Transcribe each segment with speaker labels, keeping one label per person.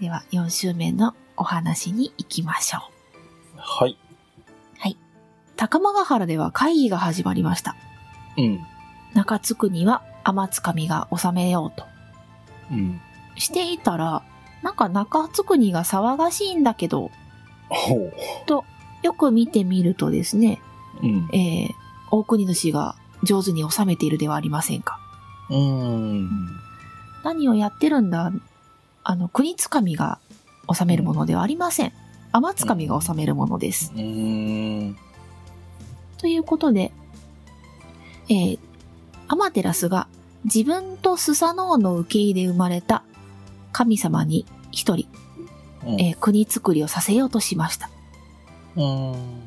Speaker 1: では、4週目のお話に行きましょう。
Speaker 2: はい。
Speaker 1: 高間ヶ原では会議が始まりました。
Speaker 2: うん。
Speaker 1: 中津国は天津神が治めようと。
Speaker 2: うん。
Speaker 1: していたら、なんか中津国が騒がしいんだけど、
Speaker 2: ほう。
Speaker 1: よく見てみるとですね、
Speaker 2: うん。
Speaker 1: えー、大国主が上手に治めているではありませんか。
Speaker 2: うーん。
Speaker 1: 何をやってるんだあの、国つかみが治めるものではありません。天つかみが治めるものです。
Speaker 2: うーん。
Speaker 1: ということで、えー、アマテラスが自分とスサノオの受け入れで生まれた神様に一人、
Speaker 2: うん
Speaker 1: えー国作りをさせようとしました。
Speaker 2: うーん。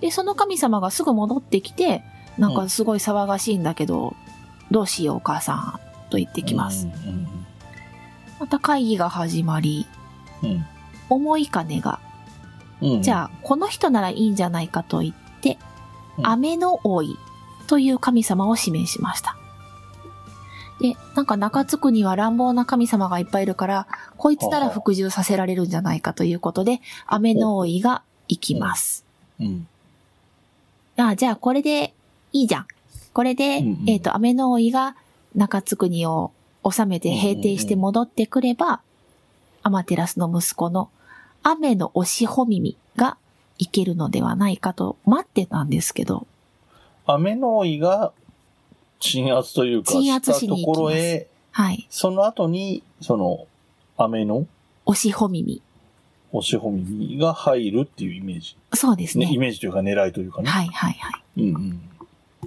Speaker 1: で、その神様がすぐ戻ってきて、なんかすごい騒がしいんだけど、どうしようお母さん、と言ってきます。
Speaker 2: うん。
Speaker 1: また会議が始まり、
Speaker 2: うん。
Speaker 1: 重い金が
Speaker 2: うん。
Speaker 1: じゃあ、この人ならいいんじゃないかと言って、
Speaker 2: うん
Speaker 1: 雨の老いという神様を指名しました。で、なんか中津区には乱暴な神様がいっぱいいるから、こいつなら服従させられるんじゃないかということで、雨の老いが行きます。
Speaker 2: うん。
Speaker 1: あじゃあ、これでいいじゃん。これで、
Speaker 2: うんうん
Speaker 1: えっ、と、雨の老いが中津国を治めて平定して戻ってくれば、アマテラスの息子の雨の押しほみみがいけるのではないかと待ってたんですけど、
Speaker 2: 雨の井が鎮圧というか、
Speaker 1: 鎮圧し
Speaker 2: した
Speaker 1: に
Speaker 2: と
Speaker 1: 行
Speaker 2: こ
Speaker 1: きます
Speaker 2: ろへ、
Speaker 1: はい。
Speaker 2: その後に、その、雨の
Speaker 1: 押しほみみ。
Speaker 2: 押し込みが入るっていうイメージ。
Speaker 1: そうです
Speaker 2: ね、
Speaker 1: ね。
Speaker 2: イメージというか狙いというかね。
Speaker 1: はいはいはい。
Speaker 2: うんうん。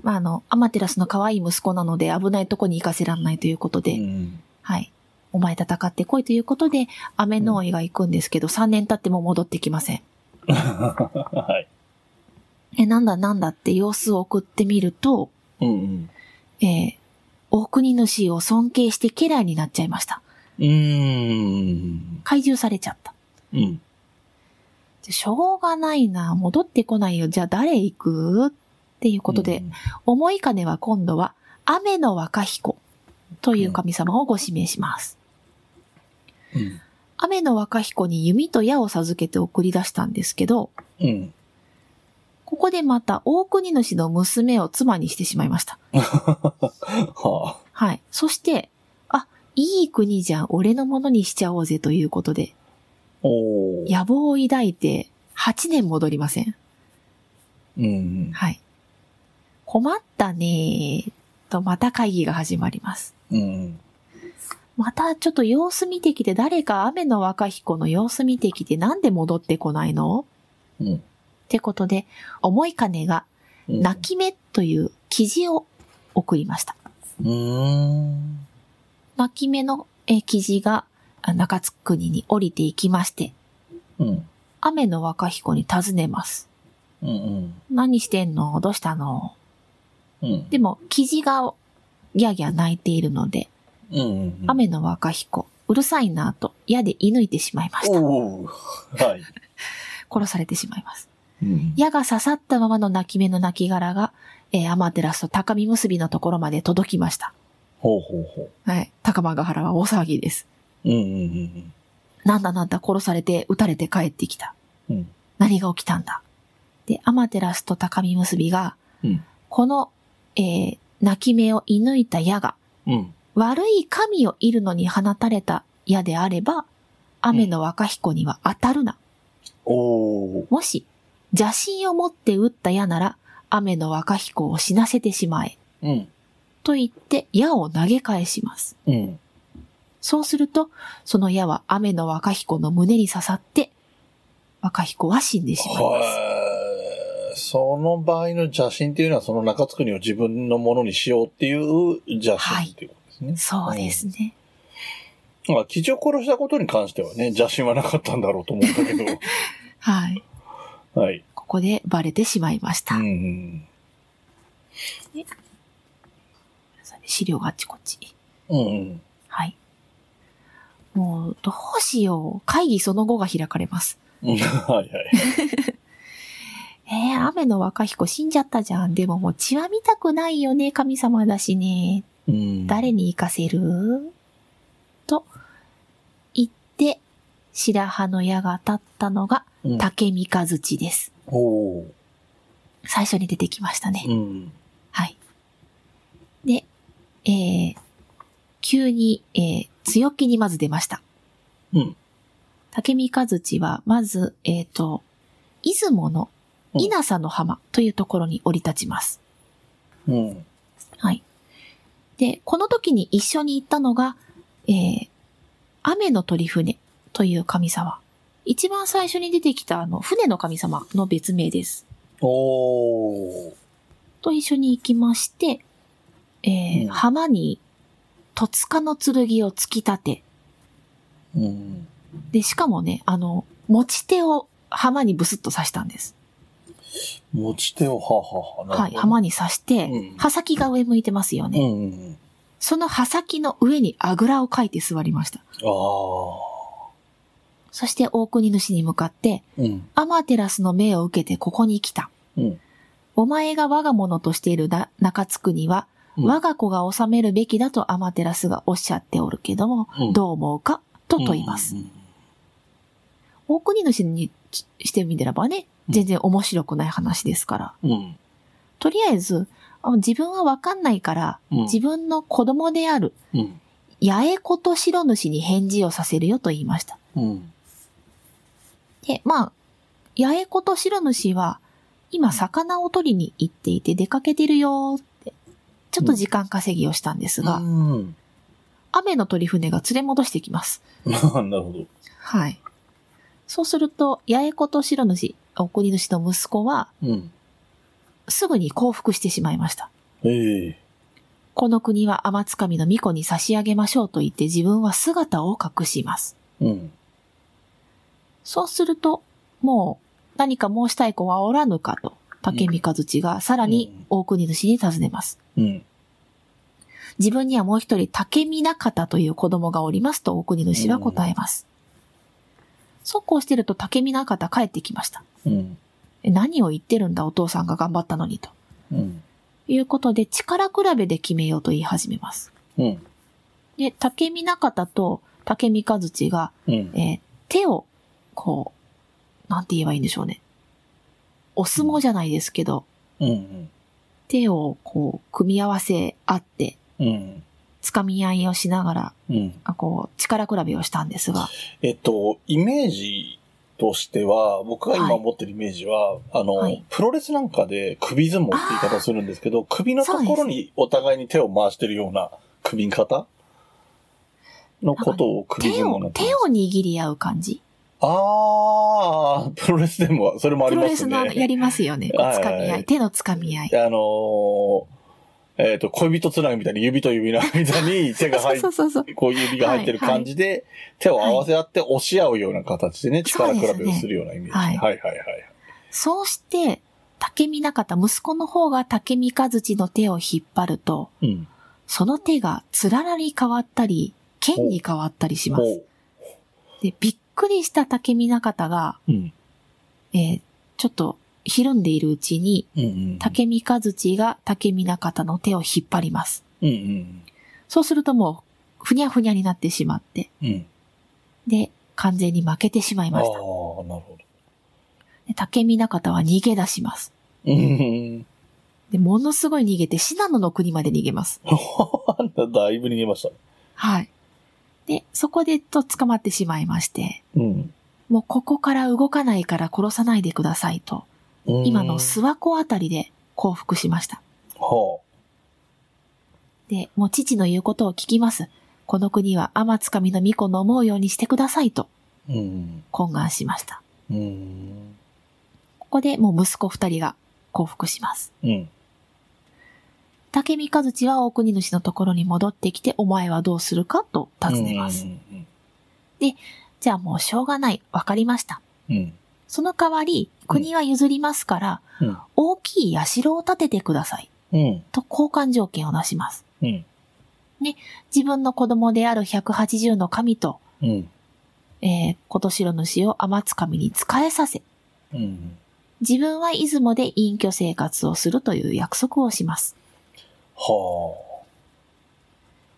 Speaker 1: まあ、あの、アマテラスの可愛い息子なので危ないとこに行かせらんないということで、
Speaker 2: うん
Speaker 1: はい。お前戦ってこいということで、雨の老いが行くんですけど、3年経っても戻ってきません。
Speaker 2: うん。はい。
Speaker 1: え、なんだなんだって様子を送ってみると、
Speaker 2: うん
Speaker 1: えー、大国主を尊敬して家来になっちゃいました。
Speaker 2: うん。うーん。
Speaker 1: 怪獣されちゃった。
Speaker 2: うん。
Speaker 1: じゃしょうがないな、戻ってこないよ。じゃあ誰行くっていうことで、重い金は今度は、雨の若彦という神様をご指名します。
Speaker 2: うん。
Speaker 1: 雨の若彦に弓と矢を授けて送り出したんですけど、
Speaker 2: うん。
Speaker 1: ここでまた大国主の娘を妻にしてしまいました。
Speaker 2: は
Speaker 1: はい。そして、あ、いい国じゃん、俺のものにしちゃおうぜということで、
Speaker 2: あ。おー。
Speaker 1: 野望を抱いて8年戻りません。
Speaker 2: うん
Speaker 1: はい。困ったねーと、また会議が始まります。
Speaker 2: うん。うん。
Speaker 1: またちょっと様子見てきて、誰か雨の若彦の様子見てきて、なんで戻ってこないの
Speaker 2: うん
Speaker 1: ってことで、重い金が、
Speaker 2: うん。
Speaker 1: 泣き目という記事を送りました。
Speaker 2: うーん。
Speaker 1: 泣き目のえー記事が、あ中津国に降りていきまして、
Speaker 2: うん。
Speaker 1: 雨の若彦に尋ねます。
Speaker 2: うんうん。
Speaker 1: 何してんのどうしたの
Speaker 2: うん。
Speaker 1: でも、キジがギャーギャー泣いているので、
Speaker 2: うんうんうん。
Speaker 1: 雨の若彦、うるさいなと矢で射抜いてしまいました。
Speaker 2: おー。 はい。
Speaker 1: 殺されてしまいます。
Speaker 2: うん。
Speaker 1: 矢が刺さったままの泣き目の泣き殻が、えーアマテラスと高見結びのところまで届きました。
Speaker 2: ほうほうほ
Speaker 1: はい。高間ヶ原は大騒ぎです。
Speaker 2: う。うんうん
Speaker 1: なんだなんだ殺されて撃たれて帰ってきた。
Speaker 2: うん。うん。
Speaker 1: 何が起きたんだで、アマテラスと高見結びが、
Speaker 2: うん
Speaker 1: この、えー泣き目を射抜いた矢が、
Speaker 2: うん。
Speaker 1: 悪い神をいるのに放たれた矢であれば、雨の若彦には当たるな。
Speaker 2: おー。
Speaker 1: もし、邪神を持って撃った矢なら、雨の若彦を死なせてしまえ。
Speaker 2: うん。
Speaker 1: と言って矢を投げ返します。
Speaker 2: うん。
Speaker 1: そうすると、その矢は雨の若彦の胸に刺さって、若彦は死んでしまいます。
Speaker 2: はい。その場合の邪神っていうのは、その中津国を自分のものにしようっていう邪
Speaker 1: はい
Speaker 2: 神っていうことですね。
Speaker 1: そうですね。
Speaker 2: まあ、基地を殺したことに関してはね、邪神はなかったんだろうと思うんだけ ど。
Speaker 1: はい。
Speaker 2: はい。
Speaker 1: ここでバレてしまいまし
Speaker 2: う
Speaker 1: た。
Speaker 2: ん
Speaker 1: 資料があっちこっち。
Speaker 2: うん。うんうん。
Speaker 1: はい。もう、どうしよう。会議その後が開かれます。
Speaker 2: うん はいはい。
Speaker 1: えー、雨の若彦死んじゃったじゃん。でももう血は見たくないよね。神様だしね。
Speaker 2: うん
Speaker 1: 誰に行かせると、言って、白羽の矢が立ったのが
Speaker 2: うん。
Speaker 1: 竹三日槌です。
Speaker 2: おー
Speaker 1: 最初に出てきましたね。
Speaker 2: うん。
Speaker 1: はい。で、えー、急に、えー、強気にまず出ました。
Speaker 2: うん。
Speaker 1: 竹三日槌は、まず、えっ、と、出雲の
Speaker 2: うん
Speaker 1: 稲佐の浜というところに降り立ちます。
Speaker 2: うん。
Speaker 1: はい。で、この時に一緒に行ったのが、えー、雨の鳥船という神様。一番最初に出てきたあの、船の神様の別名です。
Speaker 2: おー
Speaker 1: と一緒に行きまして、えー
Speaker 2: うん
Speaker 1: 浜に、戸塚の剣を突き立て、
Speaker 2: うん。
Speaker 1: で、しかもね、あの、持ち手を浜にブスッと刺したんです。
Speaker 2: 持ち手を、はあはあはあ。
Speaker 1: はい、浜
Speaker 2: に。
Speaker 1: に刺して、
Speaker 2: うん
Speaker 1: 刃先が上向いてますよ
Speaker 2: う
Speaker 1: ね。
Speaker 2: んうんうん。
Speaker 1: その刃先の上にあぐらをかいて座りました。
Speaker 2: ああ。
Speaker 1: そして大国主に向かって、
Speaker 2: うん。
Speaker 1: アマテラスの命を受けてここに来た。
Speaker 2: うん
Speaker 1: お前が我が物としているな中津国は、
Speaker 2: うん
Speaker 1: 我が子が治めるべきだとアマテラスがおっしゃっておるけども、
Speaker 2: うん
Speaker 1: どう思うかと問います。
Speaker 2: うん。
Speaker 1: 大国主にししてみればね、
Speaker 2: うん
Speaker 1: 全然面白くない話ですから。
Speaker 2: うん。
Speaker 1: とりあえず、あ自分はわかんないから、
Speaker 2: うん
Speaker 1: 自分の子供である、
Speaker 2: うん。
Speaker 1: 八重子と白主に返事をさせるよと言いました。
Speaker 2: うん。
Speaker 1: で、まあ、八重子と白主は、今魚を取りに行っていて出かけてるよーって、ちょっと時間稼ぎをしたんですが、
Speaker 2: うん。
Speaker 1: 雨の鳥船が連れ戻してきます。
Speaker 2: なるほど。
Speaker 1: はい。そうすると、八重子と白主、お国主の息子は、
Speaker 2: うん。
Speaker 1: すぐに降伏してしまいました。
Speaker 2: ええ。
Speaker 1: この国は天津神の巫女に差し上げましょうと言って自分は姿を隠します。
Speaker 2: うん。
Speaker 1: そうすると、もう何か申したい子はおらぬかと、竹三和地がさらに大国主に尋ねます。
Speaker 2: うん。
Speaker 1: 自分にはもう一人竹見中田という子供がおりますと大国主は答えます。そうこうしてると竹見中田帰ってきました。
Speaker 2: うん。
Speaker 1: え何を言ってるんだお父さんが頑張ったのにと。
Speaker 2: うん。
Speaker 1: いうことで力比べで決めようと言い始めます。
Speaker 2: うん。
Speaker 1: で、竹見中田と竹見和地が、
Speaker 2: うん
Speaker 1: え。ー手を、こう、なんて言えばいいんでしょうね。お相撲じゃないですけど、
Speaker 2: うん。
Speaker 1: 手をこう、組み合わせ合って、
Speaker 2: うん。
Speaker 1: 掴み合いをしながら、
Speaker 2: うん。
Speaker 1: あこう、力比べをしたんですが、
Speaker 2: えっと、イメージとしては、僕が今
Speaker 1: はい
Speaker 2: 持ってるイメージは、あの、
Speaker 1: はい
Speaker 2: プロレスなんかで首相撲って言い方するんですけど、首のところにお互いに手を回してるような首方のことを首
Speaker 1: 手
Speaker 2: 相撲な
Speaker 1: を、
Speaker 2: んて
Speaker 1: 手を握り合う感じ
Speaker 2: あー、プロレスでも、それもあ
Speaker 1: プ
Speaker 2: り
Speaker 1: ロ
Speaker 2: ま
Speaker 1: レ
Speaker 2: す
Speaker 1: スのあのや
Speaker 2: ね。
Speaker 1: りますよね。こう
Speaker 2: はい
Speaker 1: 掴
Speaker 2: はい
Speaker 1: み合い、手の掴み合い。
Speaker 2: あのーえっ、と、恋人つなぎみたいに指と指の間に手が
Speaker 1: そ
Speaker 2: 入
Speaker 1: う
Speaker 2: っ
Speaker 1: そうそうそう。
Speaker 2: こう指が入ってる感じで、手を合わせ合って押し合うような形でね、力比べをするようなイメージ。
Speaker 1: そう
Speaker 2: は
Speaker 1: です
Speaker 2: い
Speaker 1: ね
Speaker 2: はいはいはい。
Speaker 1: そうして、竹見中田、息子の方が竹見和地の手を引っ張ると、
Speaker 2: うん。
Speaker 1: その手がつららに変わったり、剣に変わったりしま
Speaker 2: ほ
Speaker 1: す。で、びっくりした竹見中田が、
Speaker 2: う。うん。
Speaker 1: えーちょっと、ひるんでいるうちに、
Speaker 2: うんうん。
Speaker 1: 竹見和地が竹見中田の手を引っ張ります。
Speaker 2: うんうん
Speaker 1: そうするともう、ふにゃふにゃになってしまって、
Speaker 2: うん。うん。
Speaker 1: で、完全に負けてしまい
Speaker 2: ああ、
Speaker 1: ま
Speaker 2: なる
Speaker 1: した。
Speaker 2: ほど。
Speaker 1: で竹見中田は逃げ出します。
Speaker 2: うん。
Speaker 1: で、ものすごい逃げて、信濃の国まで逃げます。
Speaker 2: だいぶ逃げました。
Speaker 1: はい。で、そこでと捕まってしまいまして、
Speaker 2: うん。
Speaker 1: もうここから動かないから殺さないでくださいと、
Speaker 2: うん
Speaker 1: 今の諏訪湖あたりで降伏しました。
Speaker 2: は
Speaker 1: で、もう父の言うことを聞きます。この国は天津神の巫女の思うようにしてくださいと
Speaker 2: あ。うん。
Speaker 1: 懇願しました。
Speaker 2: うん。
Speaker 1: ここでもう息子二人が降伏します。
Speaker 2: うん。
Speaker 1: 竹見和地は大国主のところに戻ってきて、お前はどうするかと尋ねます。
Speaker 2: うん。
Speaker 1: じゃあもうしょうがない。わかりました。
Speaker 2: うん。
Speaker 1: その代わり、国は譲りますから、
Speaker 2: うん
Speaker 1: 大きい社を建ててください。
Speaker 2: うん。
Speaker 1: と交換条件を出します。
Speaker 2: うん。
Speaker 1: 自分の子供である180の神と、
Speaker 2: うん。
Speaker 1: えー、琴城主を天津神に仕えさせ、
Speaker 2: うん。
Speaker 1: 自分は出雲で隠居生活をするという約束をします。
Speaker 2: は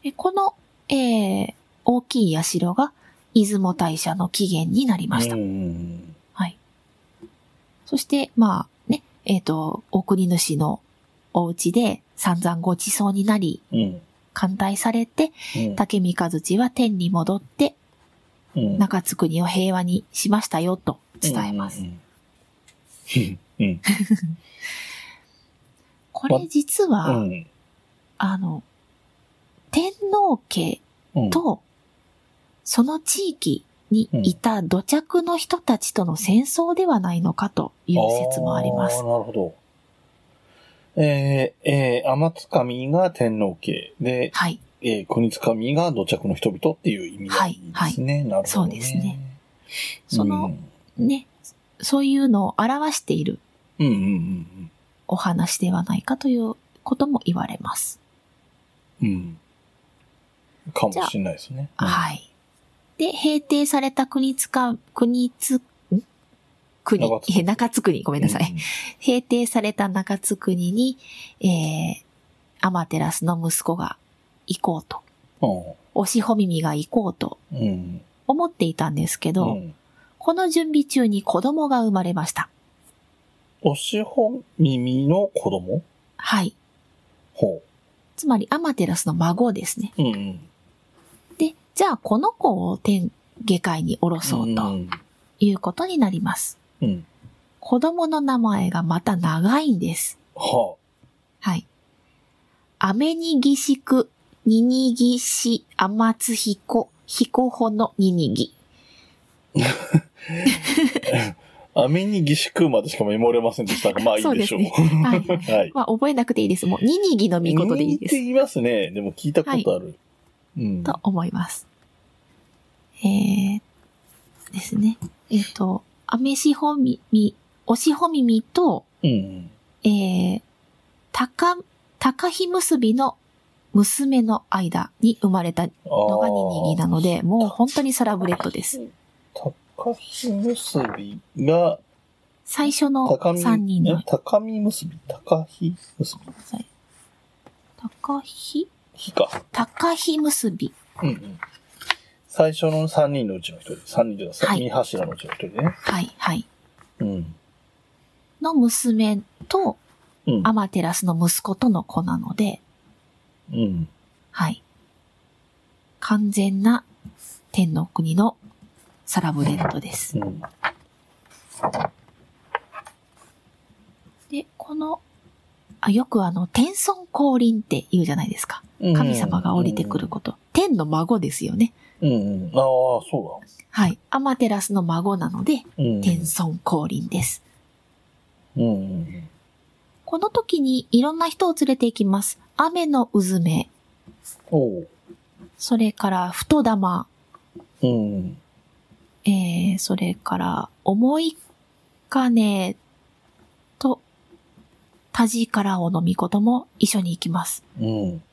Speaker 1: えこの、えー、大きい社が、出雲大社の起源になりました。
Speaker 2: うん
Speaker 1: はい。そして、まあね、えっ、と、お国主のお家で散々ご馳走になり、
Speaker 2: うん。
Speaker 1: 歓待されて、
Speaker 2: うん。
Speaker 1: 竹三和父は天に戻って、
Speaker 2: うん
Speaker 1: 中津国を平和にしましたよと伝えます。
Speaker 2: うん。うんうん。
Speaker 1: これ実は、
Speaker 2: うん
Speaker 1: あの、天皇家
Speaker 2: うん。
Speaker 1: と、その地域にいた土着の人たちとの戦争ではないのかという説もありま
Speaker 2: あー
Speaker 1: す。
Speaker 2: なるほど。えー、えー、天津神が天皇家で、
Speaker 1: はい。
Speaker 2: えー、国津神が土着の人々っていう意味合いですね。なるほど、ね。
Speaker 1: そうですね。そ
Speaker 2: うん
Speaker 1: の、、ね、そういうのを表している
Speaker 2: うんうんうん
Speaker 1: お話ではないかということも言われます。
Speaker 2: うん。うん。かもしれないですね。
Speaker 1: はい。で、平定された国津か、国津、ん国
Speaker 2: 中、津
Speaker 1: いや中津国、ごめ
Speaker 2: うん
Speaker 1: なさい。。平定された中津国に、えー、アマテラスの息子が行こうと、
Speaker 2: う
Speaker 1: 押しほみみが行こうと
Speaker 2: ん。うん。
Speaker 1: 思っていたんですけ
Speaker 2: う
Speaker 1: ど、
Speaker 2: ん。
Speaker 1: この準備中に子供が生まれました。
Speaker 2: おしほ耳の子供
Speaker 1: はい。
Speaker 2: ほ
Speaker 1: つまりアマテラスの孫ですね。
Speaker 2: う。うんうん。
Speaker 1: で、じゃあこの子を天下界に降ろそう
Speaker 2: う
Speaker 1: と
Speaker 2: ん。
Speaker 1: いうことになります。
Speaker 2: うん。
Speaker 1: 子供の名前がまた長いんです。
Speaker 2: は
Speaker 1: はい。アメニギシク、ニニギシ、アマツヒコ、ヒコホのニニギ。
Speaker 2: あ。雨に儀式までしかメモれませんでしたが、 まあいいでしょう。
Speaker 1: そうですねはい。
Speaker 2: はい。
Speaker 1: まあ、覚えなくていいです。もう、ニニギの見事でいいで
Speaker 2: って
Speaker 1: す。
Speaker 2: 言いますね。でも聞いたことある。うん。
Speaker 1: と思います。えー、ですね。えっ、と、アメシホミミ、オシホミミと、
Speaker 2: うん。
Speaker 1: えー、タカ、タカヒ結びの娘の間に生まれたのがニニギなので、もう本当にサラブレッドです。
Speaker 2: 高木結びが、
Speaker 1: 最初の
Speaker 2: 高
Speaker 1: 3
Speaker 2: み、
Speaker 1: 人の
Speaker 2: え。高み結び、高ひ結び、
Speaker 1: タカヒ
Speaker 2: ひか。
Speaker 1: タカヒ結び。
Speaker 2: うんうん。最初の3人のうちの1人、3人というか
Speaker 1: はい
Speaker 2: 三人柱のうちの1人ね。
Speaker 1: はい、はい。
Speaker 2: うん。
Speaker 1: の娘と、
Speaker 2: うん。
Speaker 1: アマテラスの息子との子なので、
Speaker 2: うん。
Speaker 1: はい。完全な天の国のサラブレッドです。
Speaker 2: うん。
Speaker 1: で、この、あよくあの、天孫降臨って言うじゃないですか。
Speaker 2: うん
Speaker 1: 神様が降りてくること。天の孫ですよね。
Speaker 2: うんうん。ああ、そ
Speaker 1: はい。アマテラスの孫なので、
Speaker 2: うだ。うん。
Speaker 1: 天孫降臨です。
Speaker 2: うんうん
Speaker 1: この時にいろんな人を連れて行きます。雨の渦め、
Speaker 2: おう。
Speaker 1: それから太玉、
Speaker 2: うん。
Speaker 1: えー、それから、思い金と、田力をのみことも一緒に行きます。
Speaker 2: うん。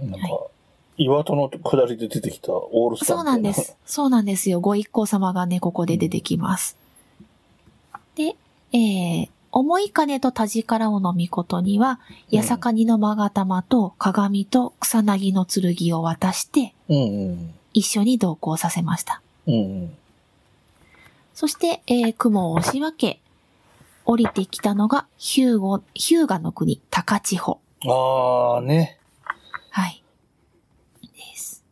Speaker 2: なんか
Speaker 1: は、
Speaker 2: 岩戸の下りで出てきたオールスター
Speaker 1: そう
Speaker 2: みた
Speaker 1: ないんです。そうなんですよ。ご一行様がね、ここで出てきます。で、えー、思い金と田力をのみことには、
Speaker 2: うん
Speaker 1: 八坂にのまがたまと鏡と草薙の剣を渡して、
Speaker 2: うん
Speaker 1: 一緒に同行させました。
Speaker 2: うん。うん
Speaker 1: そして、えー雲を押し分け、降りてきたのが、ヒューゴ、ヒューガの国、高千穂。
Speaker 2: うん。ああ、ね。
Speaker 1: はい。です。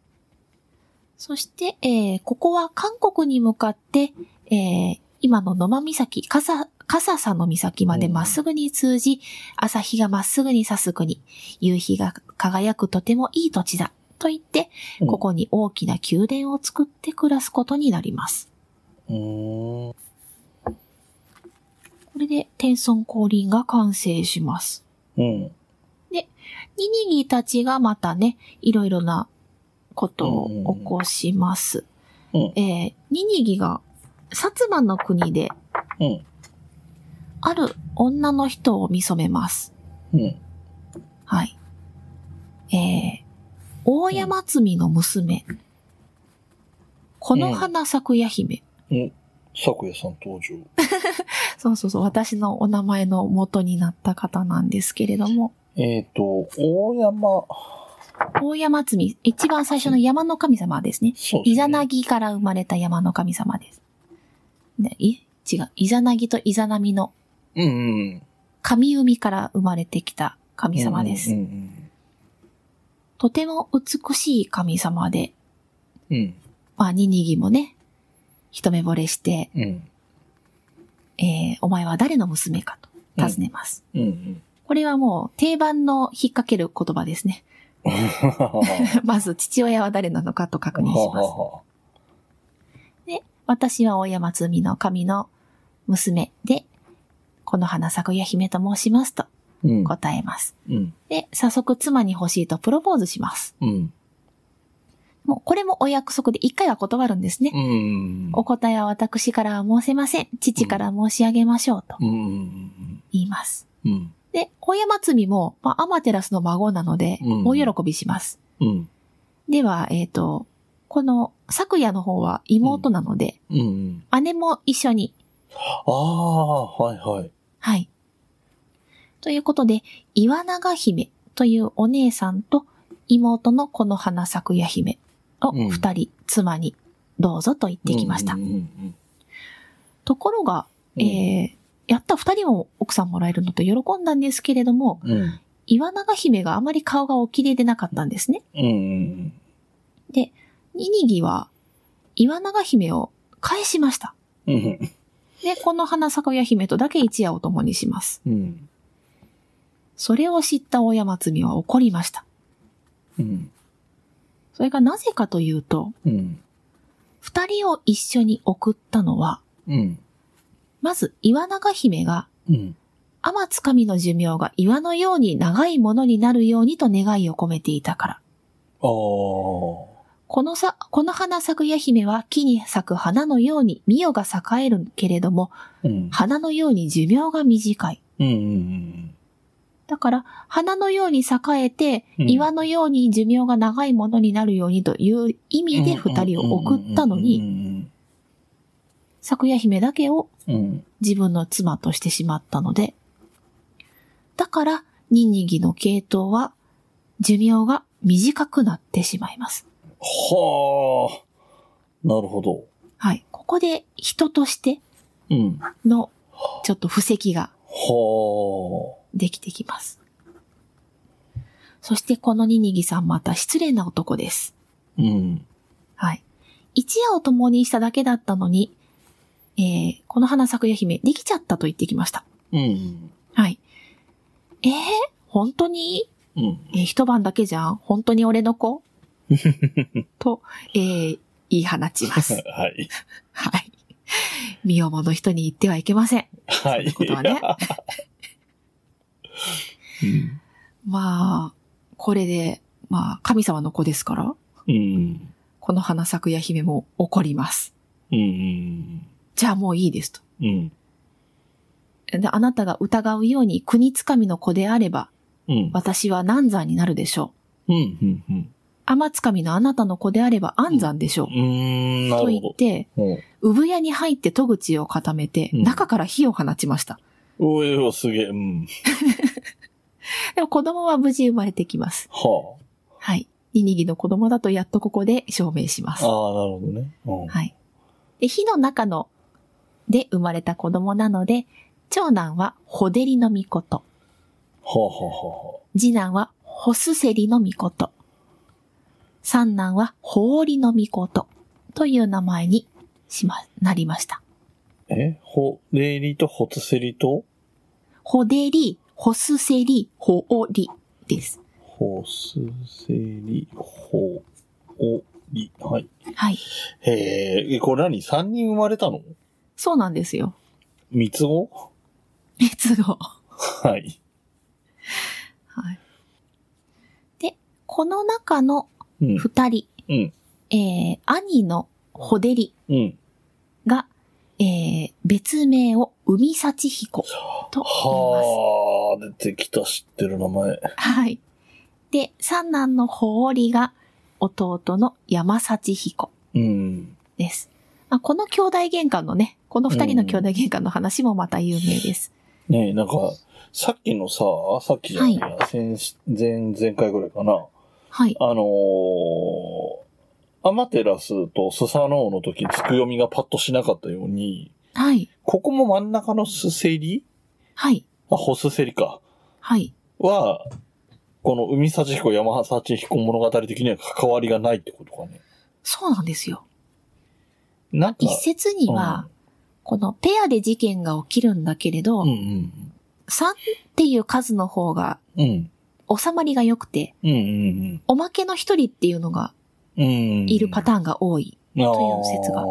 Speaker 1: そして、えーここは韓国に向かって、えー今の野間岬、笠、笠佐の岬までまっすぐに通じ、朝日がまっすぐに差す国、夕日が輝くとてもいい土地だ、と言って、
Speaker 2: うん
Speaker 1: ここに大きな宮殿を作って暮らすことになります。
Speaker 2: うーん。
Speaker 1: これで天孫降臨が完成します。
Speaker 2: うん。
Speaker 1: ニニギたちがまたね、いろいろなことを起こします。
Speaker 2: うん。
Speaker 1: えーニニギが薩摩の国で
Speaker 2: うん。
Speaker 1: ある女の人を見初めます。
Speaker 2: うん。
Speaker 1: はい。えー、大山積の娘。この花咲くや姫。
Speaker 2: 咲夜さん登場。
Speaker 1: そうそうそう。私のお名前の元になった方なんですけれども。
Speaker 2: えっ、と、大山、
Speaker 1: 大山積、一番最初の山の神様ですね。
Speaker 2: そうで
Speaker 1: イ
Speaker 2: す
Speaker 1: ザ
Speaker 2: ね。
Speaker 1: ナギから生まれた山の神様です。ねい違う。イザナギとイザナミの
Speaker 2: うんうん。
Speaker 1: 神海から生まれてきた神様です。
Speaker 2: うんうん
Speaker 1: とても美しい神様で、
Speaker 2: うん。うん
Speaker 1: まあ、ニニギもね、一目惚れして、
Speaker 2: うん。
Speaker 1: えー、お前は誰の娘かと尋ねます。
Speaker 2: うんうん。
Speaker 1: これはもう定番の引っ掛ける言葉ですね。 まず父親は誰なのかと確認します。
Speaker 2: は
Speaker 1: 私は大山積みの神の娘で、この花咲くや姫と申しますと
Speaker 2: うん。
Speaker 1: 答えます。
Speaker 2: うん。
Speaker 1: で、早速妻に欲しいとプロポーズします。
Speaker 2: うん。
Speaker 1: もうこれもお約束で一回は断るんですね。
Speaker 2: うん。
Speaker 1: お答えは私からは申せません。父から申し上げましょうと
Speaker 2: うん。うん。
Speaker 1: 言います。
Speaker 2: うん。
Speaker 1: で、大山積も、まあ、アマテラスの孫なので、
Speaker 2: うん
Speaker 1: 大喜びします。
Speaker 2: うん。
Speaker 1: では、えっ、と、この、昨夜の方は妹なので、
Speaker 2: うん。
Speaker 1: 姉も一緒に、
Speaker 2: ああ、はいはい。
Speaker 1: はい。ということで、岩永姫というお姉さんと妹のこの花咲夜姫を
Speaker 2: うん
Speaker 1: 二人、妻にどうぞと言ってきました。
Speaker 2: うんうん
Speaker 1: ところが、
Speaker 2: うん。
Speaker 1: えー、やった二人も奥さんもらえるのと喜んだんですけれども、
Speaker 2: うん。
Speaker 1: 岩永姫があまり顔がお綺麗でなかったんですね。
Speaker 2: うんうん
Speaker 1: ニニギは岩永姫を返しました。
Speaker 2: うん。うん。
Speaker 1: で、この花咲夜姫とだけ一夜を共にします。
Speaker 2: うん。
Speaker 1: それを知った大山積は怒りました。
Speaker 2: うん。
Speaker 1: それがなぜかというと、
Speaker 2: うん。
Speaker 1: 二人を一緒に送ったのは、
Speaker 2: うん。
Speaker 1: まず岩永姫が
Speaker 2: うん。
Speaker 1: 天津神の寿命が岩のように長いものになるようにと願いを込めていたから。
Speaker 2: ああ。
Speaker 1: このさ、この花咲くや姫は木に咲く花のように美代が栄えるけれども、
Speaker 2: うん。
Speaker 1: 花のように寿命が短い。
Speaker 2: うんうん
Speaker 1: だから、花のように栄えて、
Speaker 2: うん
Speaker 1: 岩のように寿命が長いものになるようにという意
Speaker 2: うん。
Speaker 1: 味で二人を送ったのに、
Speaker 2: に。
Speaker 1: 咲夜姫だけを
Speaker 2: うん。
Speaker 1: 自分の妻としてしまったので、だから、ニニギの系統は、寿命が短くなってしまいます。
Speaker 2: はあ。なるほど。
Speaker 1: はい。ここで人として
Speaker 2: うん。
Speaker 1: の、ちょっと布石が
Speaker 2: は
Speaker 1: できてきます。そしてこのニニギさんまた失礼な男です。
Speaker 2: あ。うん。
Speaker 1: はい。一夜を共にしただけだったのに、えー、この花咲くや姫、できちゃったと言ってきました。
Speaker 2: うん。
Speaker 1: はい。えー、本当に
Speaker 2: うん。
Speaker 1: えー一晩だけじゃん本当に俺の 子と、えー、言い放ち ます。
Speaker 2: はい。
Speaker 1: はい。身重の人に言ってはいけません。
Speaker 2: はい。
Speaker 1: そういうことはね。まあ、これで、まあ、神様の子ですから、
Speaker 2: うん。
Speaker 1: この花咲くや姫も怒ります。
Speaker 2: うん。
Speaker 1: じゃあもういいですと。
Speaker 2: うん。
Speaker 1: で、あなたが疑うように国つかみの子であれば、
Speaker 2: うん。
Speaker 1: 私は難産になるでしょ
Speaker 2: うん。うん。うん。
Speaker 1: う。天つかみのあなたの子であれば安産でしょう。
Speaker 2: うん。な
Speaker 1: と
Speaker 2: る
Speaker 1: 言
Speaker 2: ほ
Speaker 1: って、
Speaker 2: ど。うん。
Speaker 1: 産屋に入って戸口を固めて、
Speaker 2: うん
Speaker 1: 中から火を放ちました。
Speaker 2: おいおい、すげえ。うん。
Speaker 1: でも子供は無事生まれてきます。
Speaker 2: は
Speaker 1: はい。ニニギの子供だとやっとここで証明しま
Speaker 2: あ。ああ
Speaker 1: す。、
Speaker 2: なるほどね。うん。
Speaker 1: はい。で、火の中の、で生まれた子供なので、長男はホデリの御事、
Speaker 2: はあ、は
Speaker 1: 次男はホスセリの御事、三男はホオリの御事という名前にしま、なりました。
Speaker 2: あ、はあ。えほ、レイリとホツセリと
Speaker 1: ホデリ、ホスセリ、ホオリです。
Speaker 2: ホスセリ、ホ、オ、リ。はい。
Speaker 1: はい。
Speaker 2: へえ、えこれ何三人生まれたの
Speaker 1: そうなんですよ。
Speaker 2: 三つ子
Speaker 1: 熱語。
Speaker 2: はい。
Speaker 1: はい。で、この中の
Speaker 2: うん。
Speaker 1: 二人、
Speaker 2: うん。
Speaker 1: えー、兄のホデリ
Speaker 2: うん。
Speaker 1: が、えー、別名を海幸彦と言
Speaker 2: はあ、出てきた、知ってる名前。
Speaker 1: います。はい。で、三男のホオリが弟の山幸彦
Speaker 2: うん。
Speaker 1: です。まあ、この兄弟喧嘩のね、この二人の兄弟喧嘩の話もまた有名です。
Speaker 2: ねえ、なんか、さっきのさ、さっきじゃないや、先し前、前々回ぐらいかな。
Speaker 1: はい。
Speaker 2: あのーアマテラスとスサノオの時、つくよみがパッとしなかったように、
Speaker 1: はい。
Speaker 2: ここも真ん中のスセリ
Speaker 1: はい。
Speaker 2: あ、ホスセリか。
Speaker 1: はい。は
Speaker 2: は、この海幸彦、山幸彦物語的には関わりがないってことかね。
Speaker 1: そうなんですよ。
Speaker 2: なんか、
Speaker 1: 一説には、このペアで事件が起きるんだけれど、
Speaker 2: うんうん
Speaker 1: 3っていう数の方が
Speaker 2: うん。うん。
Speaker 1: 収まりが良くて、
Speaker 2: うんうん
Speaker 1: おまけの一人っていうのが
Speaker 2: うん。うん。
Speaker 1: いるパ
Speaker 2: ーン
Speaker 1: ターンが多い、という説が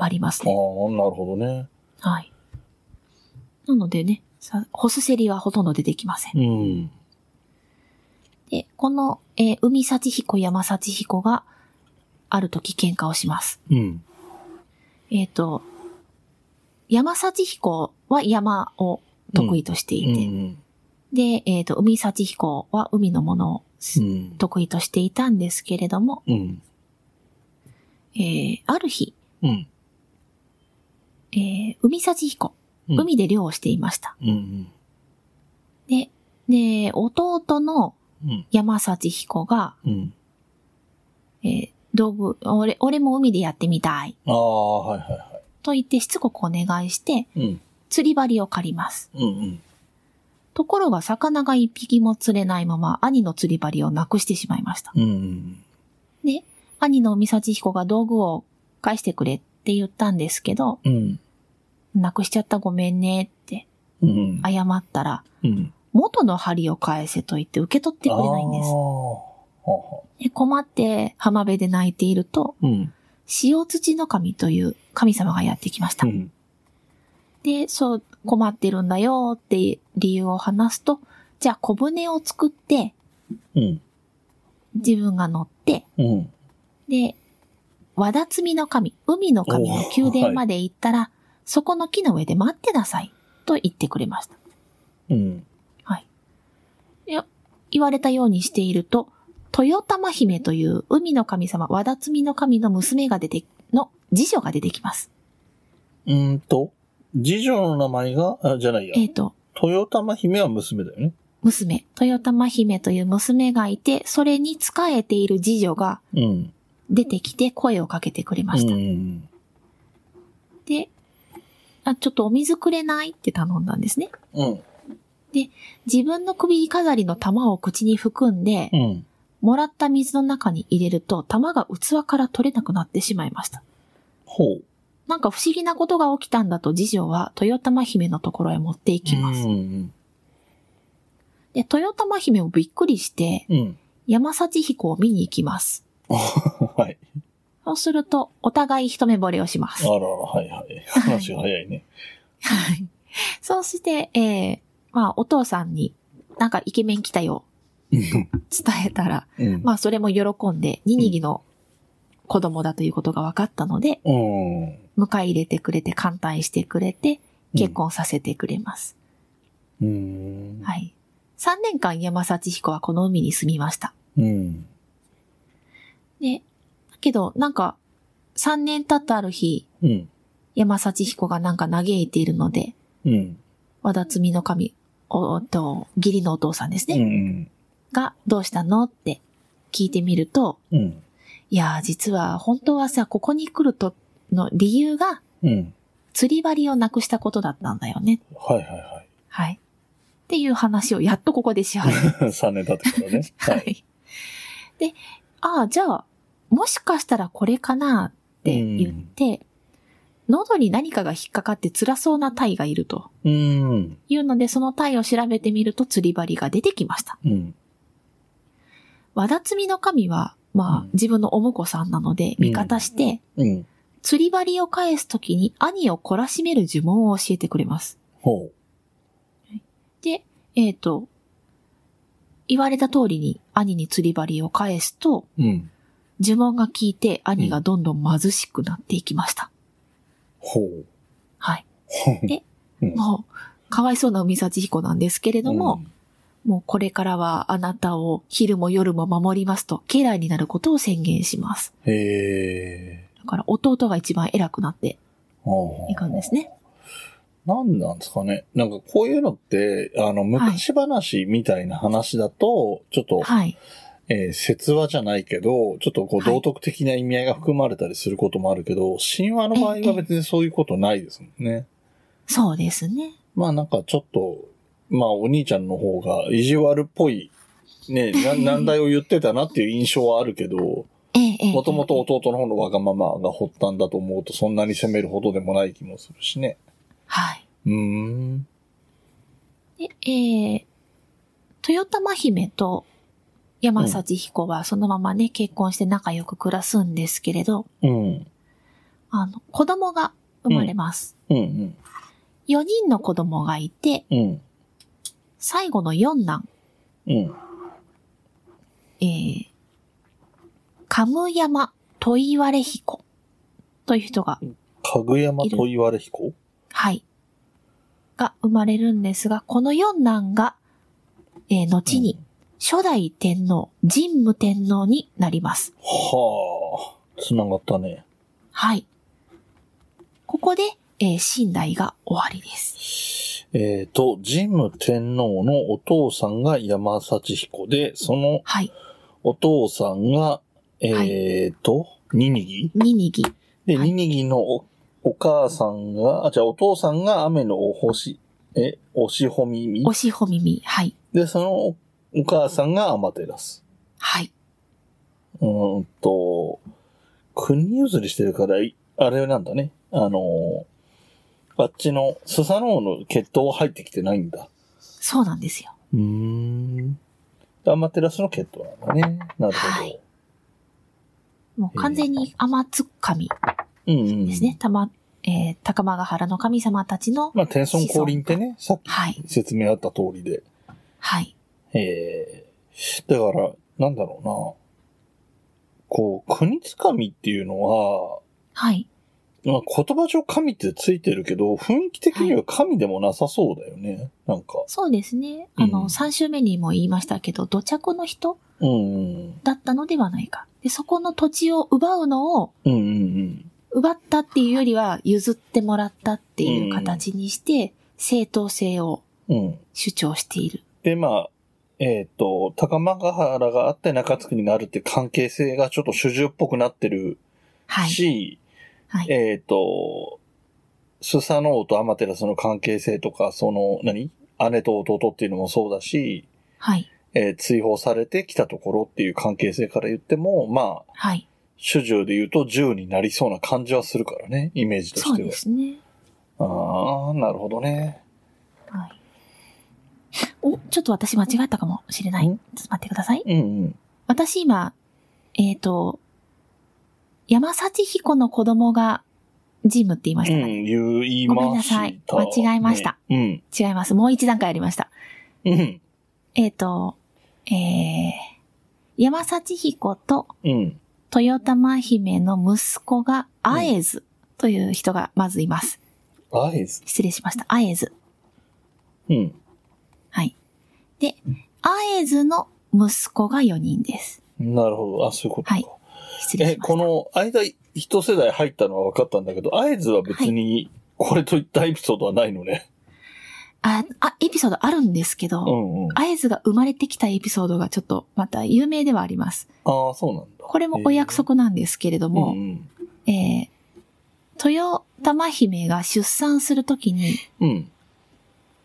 Speaker 1: ありますね
Speaker 2: あーなるほどね。
Speaker 1: はい。なのでね、さホスセリはほとんど出てきません。
Speaker 2: うん。
Speaker 1: で、この、えー海幸彦、山幸彦が、ある時喧嘩をします。
Speaker 2: うん。
Speaker 1: えっ、と、山幸彦は山を得意としていて、
Speaker 2: うん。
Speaker 1: で、えっ、と、海幸彦は海のものをし
Speaker 2: うん。
Speaker 1: 得意としていたんですけれども、
Speaker 2: うん。
Speaker 1: えーある日、
Speaker 2: うん。
Speaker 1: えー海幸彦、
Speaker 2: うん
Speaker 1: 海で漁をしていました。
Speaker 2: うん。
Speaker 1: で、で、弟の
Speaker 2: うん。
Speaker 1: 山幸彦が、
Speaker 2: うん。
Speaker 1: えー道具、俺、俺も海でやってみたい。
Speaker 2: ああ、はいはいは
Speaker 1: と言ってしつこくお願いして、
Speaker 2: い。うん。
Speaker 1: 釣り針を借ります。
Speaker 2: うんうん。
Speaker 1: ところが魚が一匹も釣れないまま兄の釣り針をなくしてしまいました。
Speaker 2: うんうん。
Speaker 1: で、兄の海幸彦が道具を返してくれって言ったんですけど、
Speaker 2: うん。
Speaker 1: なくしちゃったごめんねって
Speaker 2: うん。
Speaker 1: 謝ったら、
Speaker 2: うん。
Speaker 1: 元の針を返せと言って受け取ってくれないんで
Speaker 2: あ
Speaker 1: す
Speaker 2: ー。はは
Speaker 1: で困って浜辺で泣いていると、
Speaker 2: うん。
Speaker 1: 塩土の神という神様がやってきました。
Speaker 2: うん。
Speaker 1: で、そう、困ってるんだよって理由を話すと、じゃあ小舟を作って、
Speaker 2: うん。
Speaker 1: 自分が乗って、
Speaker 2: うん。
Speaker 1: で、和田摘みの神、海の神の宮殿まで行ったら、そこの木の上で待ってなさい、と言ってくれました。
Speaker 2: うん。
Speaker 1: 言われたようにしていると、豊玉姫という海の神様、和田摘みの神の娘が出て、の次女が出てきます。
Speaker 2: うーんと、次女の名前が、あじゃないや。
Speaker 1: えっ、と、
Speaker 2: 豊玉姫は娘だよね。
Speaker 1: 娘、豊玉姫という娘がいて、それに仕えている次女が
Speaker 2: うん。
Speaker 1: 出てきて声をかけてくれました。
Speaker 2: うん。
Speaker 1: で、あ、ちょっとお水くれないって頼んだんですね。
Speaker 2: うん。
Speaker 1: 自分の首飾りの玉を口に含んで
Speaker 2: う、ん。
Speaker 1: もらった水の中に入れると玉が器から取れなくなってしまいました。
Speaker 2: ほう。
Speaker 1: なんか不思議なことが起きたんだと次女は豊玉姫のところへ持っていきます。
Speaker 2: うん。
Speaker 1: で、豊玉姫もびっくりして
Speaker 2: うん。
Speaker 1: 山幸彦を見に行きます。
Speaker 2: はい。
Speaker 1: そうすると、お互い一目惚れをしま
Speaker 2: あ
Speaker 1: す。
Speaker 2: らら、はいはい。話が早いね。
Speaker 1: はい。そうして、えー、まあ、お父さんに、なんかイケメン来たよ、
Speaker 2: うん。
Speaker 1: 伝えたら、
Speaker 2: うん。
Speaker 1: まあ、それも喜んで、ニニギの子供だということが分かったので、
Speaker 2: うん。
Speaker 1: 迎え入れてくれて、歓待してくれて、結婚させてくれます。
Speaker 2: うん。
Speaker 1: はい。3年間山幸彦はこの海に住みました。
Speaker 2: うん。
Speaker 1: で、だけど、なんか、3年経ったある日、
Speaker 2: うん。
Speaker 1: 山幸彦がなんか嘆いているので、
Speaker 2: うん。
Speaker 1: 和田摘みの神、おおと、義理のお父さんですね。
Speaker 2: うん。
Speaker 1: が、どうしたのって聞いてみると、
Speaker 2: うん。
Speaker 1: いやー、実は本当はさ、ここに来ると、の理由が、
Speaker 2: うん。
Speaker 1: 釣り針をなくしたことだったんだよね。
Speaker 2: はいは
Speaker 1: はい。っていう話をやっとここでし始め
Speaker 2: いはい。3年経 ってからね。
Speaker 1: は。い。で、ああ、じゃあ、もしかしたらこれかなって言って、喉に何かが引っかかって辛そうなタイがいると
Speaker 2: うん。
Speaker 1: いうので、そのタイを調べてみると釣り針が出てきました。
Speaker 2: うん。
Speaker 1: 和田摘みの神は、まあ、
Speaker 2: うん
Speaker 1: 自分のお婿さんなので味方して、
Speaker 2: うん。
Speaker 1: 釣り針を返すときに兄を懲らしめる呪文を教えてくれます。
Speaker 2: ほ
Speaker 1: で、えっ、と、言われた通りに兄に釣り針を返すと、
Speaker 2: う。うん。
Speaker 1: 呪文が効いて兄がどんどん貧しくなっていきました。
Speaker 2: ほ う。
Speaker 1: はい。
Speaker 2: ほう。うん
Speaker 1: もう、かわいそうな海幸彦なんですけれども、もうこれからはあなたを昼も夜も守りますと、家来になることを宣言します。
Speaker 2: うん、へえ。
Speaker 1: だから弟が一番偉くなっていくんですね。
Speaker 2: なんなんですかね。なんかこういうのって、あの、昔話みたいな話だと、ちょっと、
Speaker 1: はい。
Speaker 2: えー説話じゃないけど、ちょっとこう
Speaker 1: はい
Speaker 2: 道徳的な意味合いが含まれたりすることもあるけど、神話の場合は別にそういうことないですもんね。
Speaker 1: そうですね。
Speaker 2: まあなんかちょっと、まあお兄ちゃんの方が意地悪っぽい、 ね、な難題を言ってたなっていう印象はあるけど、
Speaker 1: ええ、ええ。
Speaker 2: もともと弟の方のわがままが発端だと思うとそんなに責めるほどでもない気もするしね。
Speaker 1: はい。
Speaker 2: うーん。
Speaker 1: で、えー、豊玉姫と山幸彦はそのままね、結婚して仲良く暮らすんですけれど、
Speaker 2: うん。
Speaker 1: あの、子供が生まれます。
Speaker 2: うんうん。
Speaker 1: 4人の子供がいて、
Speaker 2: うん。
Speaker 1: 最後の4男、
Speaker 2: うん。
Speaker 1: えー、カムヤマ・トイワレヒコという人が、
Speaker 2: かぐやまと言われ彦
Speaker 1: はい、が生まれるんですが、この4男が、えー、後に、初代天皇、神武天皇になります。
Speaker 2: はあ、繋がったね。
Speaker 1: はい。ここで、えー、寝台が終わりです。
Speaker 2: えっ、と、神武天皇のお父さんが山幸彦で、その
Speaker 1: はい。
Speaker 2: お父さんが、
Speaker 1: は
Speaker 2: えっ、と、ニニギ
Speaker 1: ににぎ。
Speaker 2: で、
Speaker 1: はい
Speaker 2: ニニギのおお母さんが、あ、じゃあお父さんが雨のお星、え、おしほみみ
Speaker 1: お。しほみみ。はい。
Speaker 2: で、そのおお母さんが天照。
Speaker 1: はい。
Speaker 2: うーんと、国譲りしてるから、いあれなんだね。あのーあっちのスサノオの血統は入ってきてないんだ。
Speaker 1: そうなんですよ。
Speaker 2: うーん。アマテラスの血統なんだね。なるほど。
Speaker 1: はいもう完全に天津神
Speaker 2: うんうん。
Speaker 1: ですね。。たま、えー、高間ヶ原の神様たちの、
Speaker 2: まあ、天孫降臨ってね、さっ
Speaker 1: はい。
Speaker 2: き説明あった通りで。
Speaker 1: はい。
Speaker 2: えー、だから、なんだろうな。こう、国つかみっていうのは、
Speaker 1: はい。
Speaker 2: まあ、言葉上神ってついてるけど、雰囲気的には神でもなさそうだよね。なんか。
Speaker 1: そうですね。あの、
Speaker 2: うん
Speaker 1: 3週目にも言いましたけど、土着の人
Speaker 2: うんうん。
Speaker 1: だったのではないか。で、そこの土地を奪うのを、
Speaker 2: うんうんうん。
Speaker 1: 奪ったっていうよりは、譲ってもらったっていう形にして、正当性を
Speaker 2: うん。
Speaker 1: 主張している。
Speaker 2: で、まあ、えっ、と、高間ヶ原があって中津国があるって関係性がちょっと主従っぽくなってる
Speaker 1: はい。
Speaker 2: し、
Speaker 1: はい。
Speaker 2: えっ、と、スサノオとアマテラスの関係性とか、その、何姉と弟っていうのもそうだし、
Speaker 1: はい。
Speaker 2: えー追放されてきたところっていう関係性から言っても、まあ、
Speaker 1: はい。
Speaker 2: 主従で言うと10になりそうな感じはするからね、イメージと
Speaker 1: そ
Speaker 2: し
Speaker 1: う
Speaker 2: ては
Speaker 1: で。すね。
Speaker 2: ああ、なるほどね。
Speaker 1: はい。お、ちょっと私間違ったかもしれない。ちょ
Speaker 2: ん
Speaker 1: っと待ってください。
Speaker 2: うんうん。
Speaker 1: 私今、えっ、と、山幸彦の子供がジムって言いまし
Speaker 2: う
Speaker 1: た
Speaker 2: ん
Speaker 1: かね、、
Speaker 2: 言いました。
Speaker 1: ごめんなさい間違えました
Speaker 2: ね。
Speaker 1: 違います。もう一段階ありました。
Speaker 2: うん。うん。
Speaker 1: えっ、と、えー、山幸彦と
Speaker 2: うん。
Speaker 1: 豊玉姫の息子がアエズという人がまずいます。
Speaker 2: アイズ。
Speaker 1: 失礼しました。アエズ。
Speaker 2: うん。
Speaker 1: はい。で、アエズの息子が4人です。
Speaker 2: なるほど。あ、そういうことか。
Speaker 1: はい失礼
Speaker 2: え、
Speaker 1: しました。
Speaker 2: この間一世代入ったのは分かったんだけど、合図は別にこれといったエピソードはないのね。
Speaker 1: あ、あ、エピソードあるんですけ
Speaker 2: う
Speaker 1: ど、
Speaker 2: んうん。あ
Speaker 1: 合図が生まれてきたエピソードがちょっとまた有名ではあります。
Speaker 2: あ、そうなんだ。
Speaker 1: これもお約束なんですけれど
Speaker 2: も。
Speaker 1: も、
Speaker 2: うん
Speaker 1: えー豊玉姫が出産するときに、
Speaker 2: うん。うん。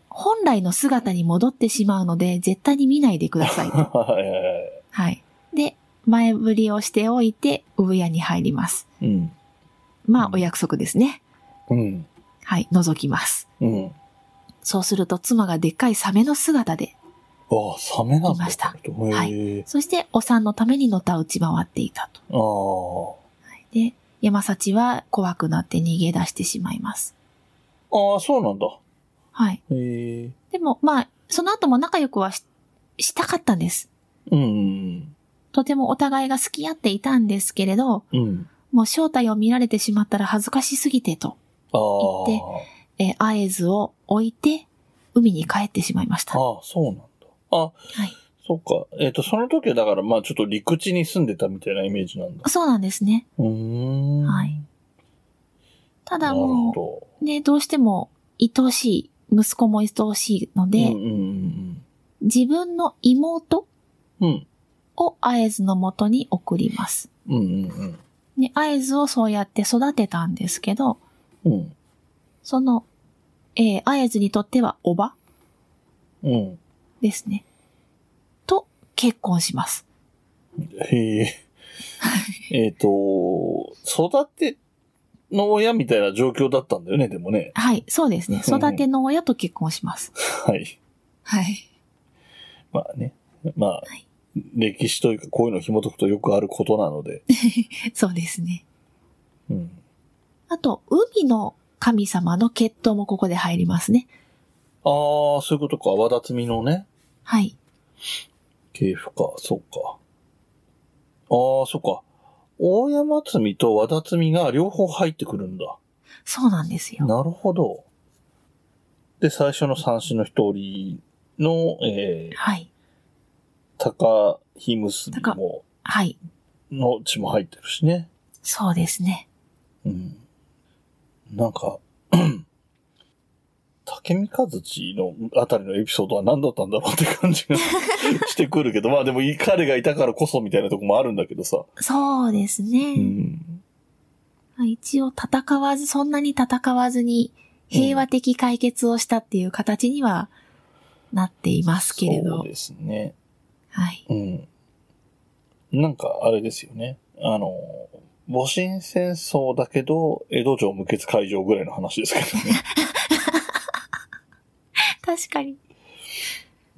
Speaker 1: 本来の姿に戻ってしまうので、絶対に見ないでくだ さい。
Speaker 2: はいはいはい。
Speaker 1: はい。で、前振りをしておいて、産屋に入ります。
Speaker 2: うん。
Speaker 1: まあ
Speaker 2: う、ん
Speaker 1: お約束ですね。
Speaker 2: うん。
Speaker 1: はい、覗きます。
Speaker 2: うん。
Speaker 1: そうすると、妻がでっかいサメの姿で、
Speaker 2: ああ、サメなんだ。
Speaker 1: いました
Speaker 2: これ
Speaker 1: は
Speaker 2: へえ。
Speaker 1: そして、お産のためにのた打ち回っていたと。
Speaker 2: ああ。
Speaker 1: で、山幸は怖くなって逃げ出してしまいます。
Speaker 2: ああ、そうなんだ。
Speaker 1: はい。
Speaker 2: へえ。
Speaker 1: でも、まあ、その後も仲良くはししたかったんです。
Speaker 2: うんうん
Speaker 1: とてもお互いが好き合っていたんですけれど、
Speaker 2: うん。うん。
Speaker 1: もう正体を見られてしまったら恥ずかしすぎてと、
Speaker 2: ああ。
Speaker 1: えー、合図を置いて、海に帰ってしまいました。は
Speaker 2: ああ、そうなんだ。あ、
Speaker 1: い。
Speaker 2: そうか。えっ、と、その時はだから、まあちょっと陸地に住んでたみたいなイメージなんだ。
Speaker 1: そうなんですね。
Speaker 2: うーん。
Speaker 1: はい。た
Speaker 2: な
Speaker 1: だ
Speaker 2: るほ
Speaker 1: も
Speaker 2: ど。
Speaker 1: う、ね、どうしても愛しい、息子も愛おしいので、
Speaker 2: うんうんうん
Speaker 1: 自分の妹
Speaker 2: うん。うん。
Speaker 1: を会津の元に送ります。
Speaker 2: うんうん
Speaker 1: で、会津をそうやって育てたんですけど、
Speaker 2: うん。うん。
Speaker 1: その、えー、会津にとってはおば
Speaker 2: うん。
Speaker 1: ですね。と、結婚します。
Speaker 2: へえ。えっと、育ての親みたいな状況だったんだよね、でもね。
Speaker 1: はい、そうですね。
Speaker 2: うんうん
Speaker 1: 育ての親と結婚します。
Speaker 2: はい。
Speaker 1: はい。
Speaker 2: まあね。まあ、
Speaker 1: い
Speaker 2: 歴史というかこういうのを紐解くとよくあることなので。
Speaker 1: そうですね。
Speaker 2: うん。
Speaker 1: あと、海の神様の血統もここで入りますね。
Speaker 2: ああ、そういうことか。和田摘みのね、
Speaker 1: はい。
Speaker 2: 系譜か。そうか。ああ、そうか。大山摘みと和田摘みが両方入ってくるんだ。
Speaker 1: そうなんですよ。
Speaker 2: なるほど。で、最初の三種の一人の、えー、
Speaker 1: はい。
Speaker 2: 高火結びも、
Speaker 1: はい。
Speaker 2: の血も入ってるしね。
Speaker 1: そうですね。
Speaker 2: うん。なんか、 竹見和地のあたりのエピソードは何だったんだろうって感じが してくるけど、まあでも彼がいたからこそみたいなとこもあるんだけどさ。
Speaker 1: そうですね。
Speaker 2: うん。
Speaker 1: まあ一応戦わず、そんなに戦わずに平和的解決をしたっていう形にはなっていますけれ
Speaker 2: そう
Speaker 1: ど。
Speaker 2: ですね。
Speaker 1: はい。
Speaker 2: うん。なんかあれですよね。あの、戊辰戦争だけど、江戸城無血開城ぐらいの話ですけど ね。
Speaker 1: 確かに。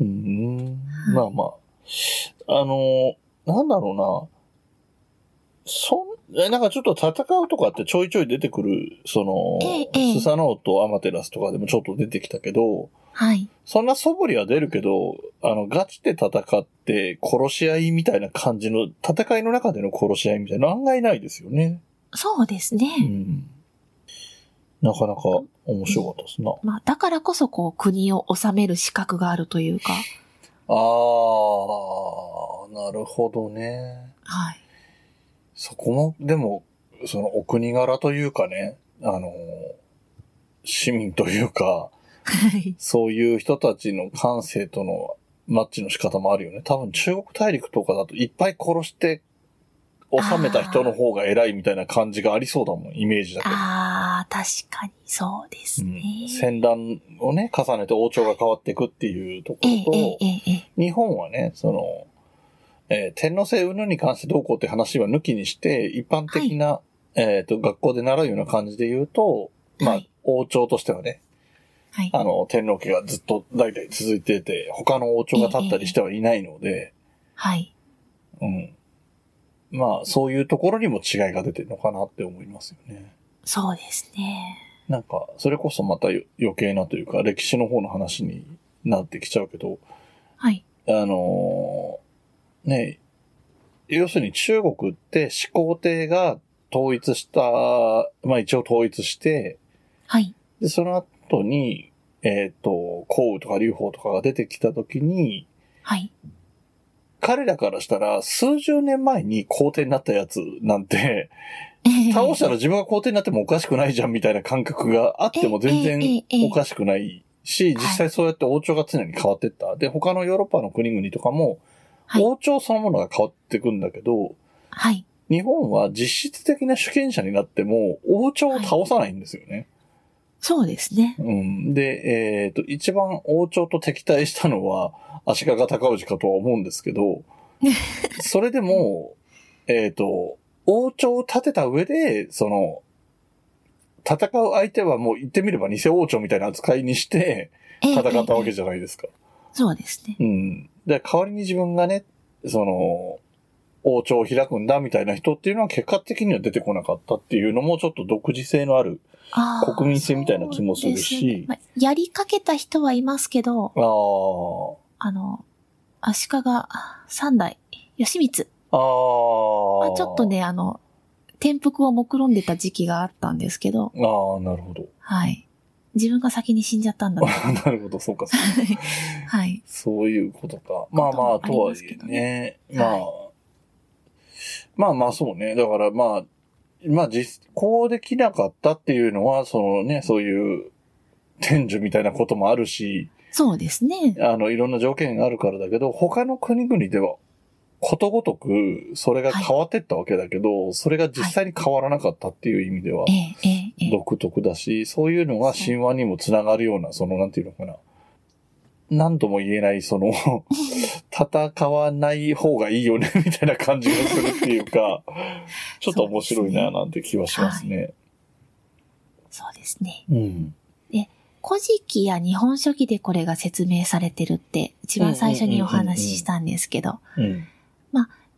Speaker 2: うーん。まあまあ。あの、なんだろうな。そん、えなんかちょっと戦うとかってちょいちょい出てくる、その、
Speaker 1: ええええ
Speaker 2: スサノオとアマテラスとかでもちょっと出てきたけど、
Speaker 1: はい。
Speaker 2: そんな素振りは出るけど、あの、ガチで戦って殺し合いみたいな感じの、戦いの中での殺し合いみたいなの案外ないですよね。
Speaker 1: そうです
Speaker 2: う
Speaker 1: ね。
Speaker 2: ん。なかなか面白かったですな。
Speaker 1: まあ、だからこそこう国を治める資格があるというか。
Speaker 2: あー、なるほどね。
Speaker 1: はい。
Speaker 2: そこも、でも、そのお国柄というかね、あの、市民というか、
Speaker 1: はい。
Speaker 2: そういう人たちの感性とのマッチの仕方もあるよね。多分中国大陸とかだといっぱい殺して、収めた人の方が偉いみたいな感じがありそうだもん、イメージだけど。
Speaker 1: ああ、確かにそうです
Speaker 2: うん
Speaker 1: ね。
Speaker 2: 戦乱をね、重ねて王朝が変わっていくっていうとこ
Speaker 1: ええ
Speaker 2: ろと、
Speaker 1: ええええ
Speaker 2: 日本はね、その、えー天皇制云々に関してどうこうって話は抜きにして、一般的な、えっ、と、学校で習うような感じで言うと、まあ、
Speaker 1: はい
Speaker 2: 王朝としてはね、
Speaker 1: はい。
Speaker 2: あの、天皇家がずっと代々続いてて、他の王朝が立ったりしてはいないので、
Speaker 1: はい。
Speaker 2: うん。まあ、そういうところにも違いが出てるのかなって思いますよね。
Speaker 1: そうですね。
Speaker 2: なんか、それこそまた余計なというか、歴史の方の話になってきちゃうけど、
Speaker 1: はい。
Speaker 2: あのーね、要するに中国って始皇帝が統一した、まあ一応統一して、
Speaker 1: はい。
Speaker 2: で、その後に、えっ、と、皇羽とか劉邦とかが出てきた時に、
Speaker 1: はい。
Speaker 2: 彼らからしたら数十年前に皇帝になったやつなんて、倒したら自分が皇帝になってもおかしくないじゃんみたいな感覚があっても全
Speaker 1: ええ
Speaker 2: 然
Speaker 1: ええええ
Speaker 2: おかしくないし、実際そうやって王朝が常に変わってった。で、他のヨーロッパの国々とかも、
Speaker 1: はい
Speaker 2: 王朝そのものが変わっていくんだけど、
Speaker 1: はい。
Speaker 2: 日本は実質的な主権者になっても王朝を倒さないんですよね。
Speaker 1: そうですね。
Speaker 2: うん、で、えっ、と、一番王朝と敵対したのは足利尊氏かとは思うんですけ ど、それでも、えっ、と、王朝を立てた上で、その、戦う相手はもう言ってみれば偽王朝みたいな扱いにして
Speaker 1: ええ
Speaker 2: 戦ったわ
Speaker 1: え
Speaker 2: け
Speaker 1: え
Speaker 2: じゃないですか。
Speaker 1: そうですね。
Speaker 2: うん。で、代わりに自分がね、その、王朝を開くんだみたいな人っていうのは結果的には出てこなかったっていうのもちょっと独自性のある。
Speaker 1: あー
Speaker 2: 国民性みたいな気もするし
Speaker 1: そうですねまあやりかけた人はいますけど、
Speaker 2: ああ。
Speaker 1: あの、足利三代、義満
Speaker 2: ああ。
Speaker 1: はちょっと。ね、あの、転覆を目論んでた時期があったんですけど、
Speaker 2: ああ、なるほど。
Speaker 1: はい。自分が先に死んじゃったんだな。
Speaker 2: なるほど、そうか、そうか
Speaker 1: はい。
Speaker 2: そういうことか。まあまあ、とはいえね。
Speaker 1: とも
Speaker 2: ま
Speaker 1: あ
Speaker 2: あ、
Speaker 1: り
Speaker 2: まあまあ、そうね。だからまあ、まあ実行できなかったっていうのは、そのね、そういう天寿みたいなこともあるし、
Speaker 1: そうですね。
Speaker 2: あの、いろんな条件があるからだけど、他の国々ではことごとく、それが変わってったわけだけど、それが実際に変わらなかったっていう意味では
Speaker 1: え、え、ええ、ええ。
Speaker 2: 独特だし、そういうのが神話にもつながるような、その、なんていうのかな。何とも言えない、その、戦わない方がいいよね、みたいな感じがするってい うか、ちょっと面白いな、なんて気はしますね。
Speaker 1: そうですね。
Speaker 2: うん。
Speaker 1: 古事記や日本書紀でこれが説明されてるって、一番最初にお話ししたんですけど、
Speaker 2: うん。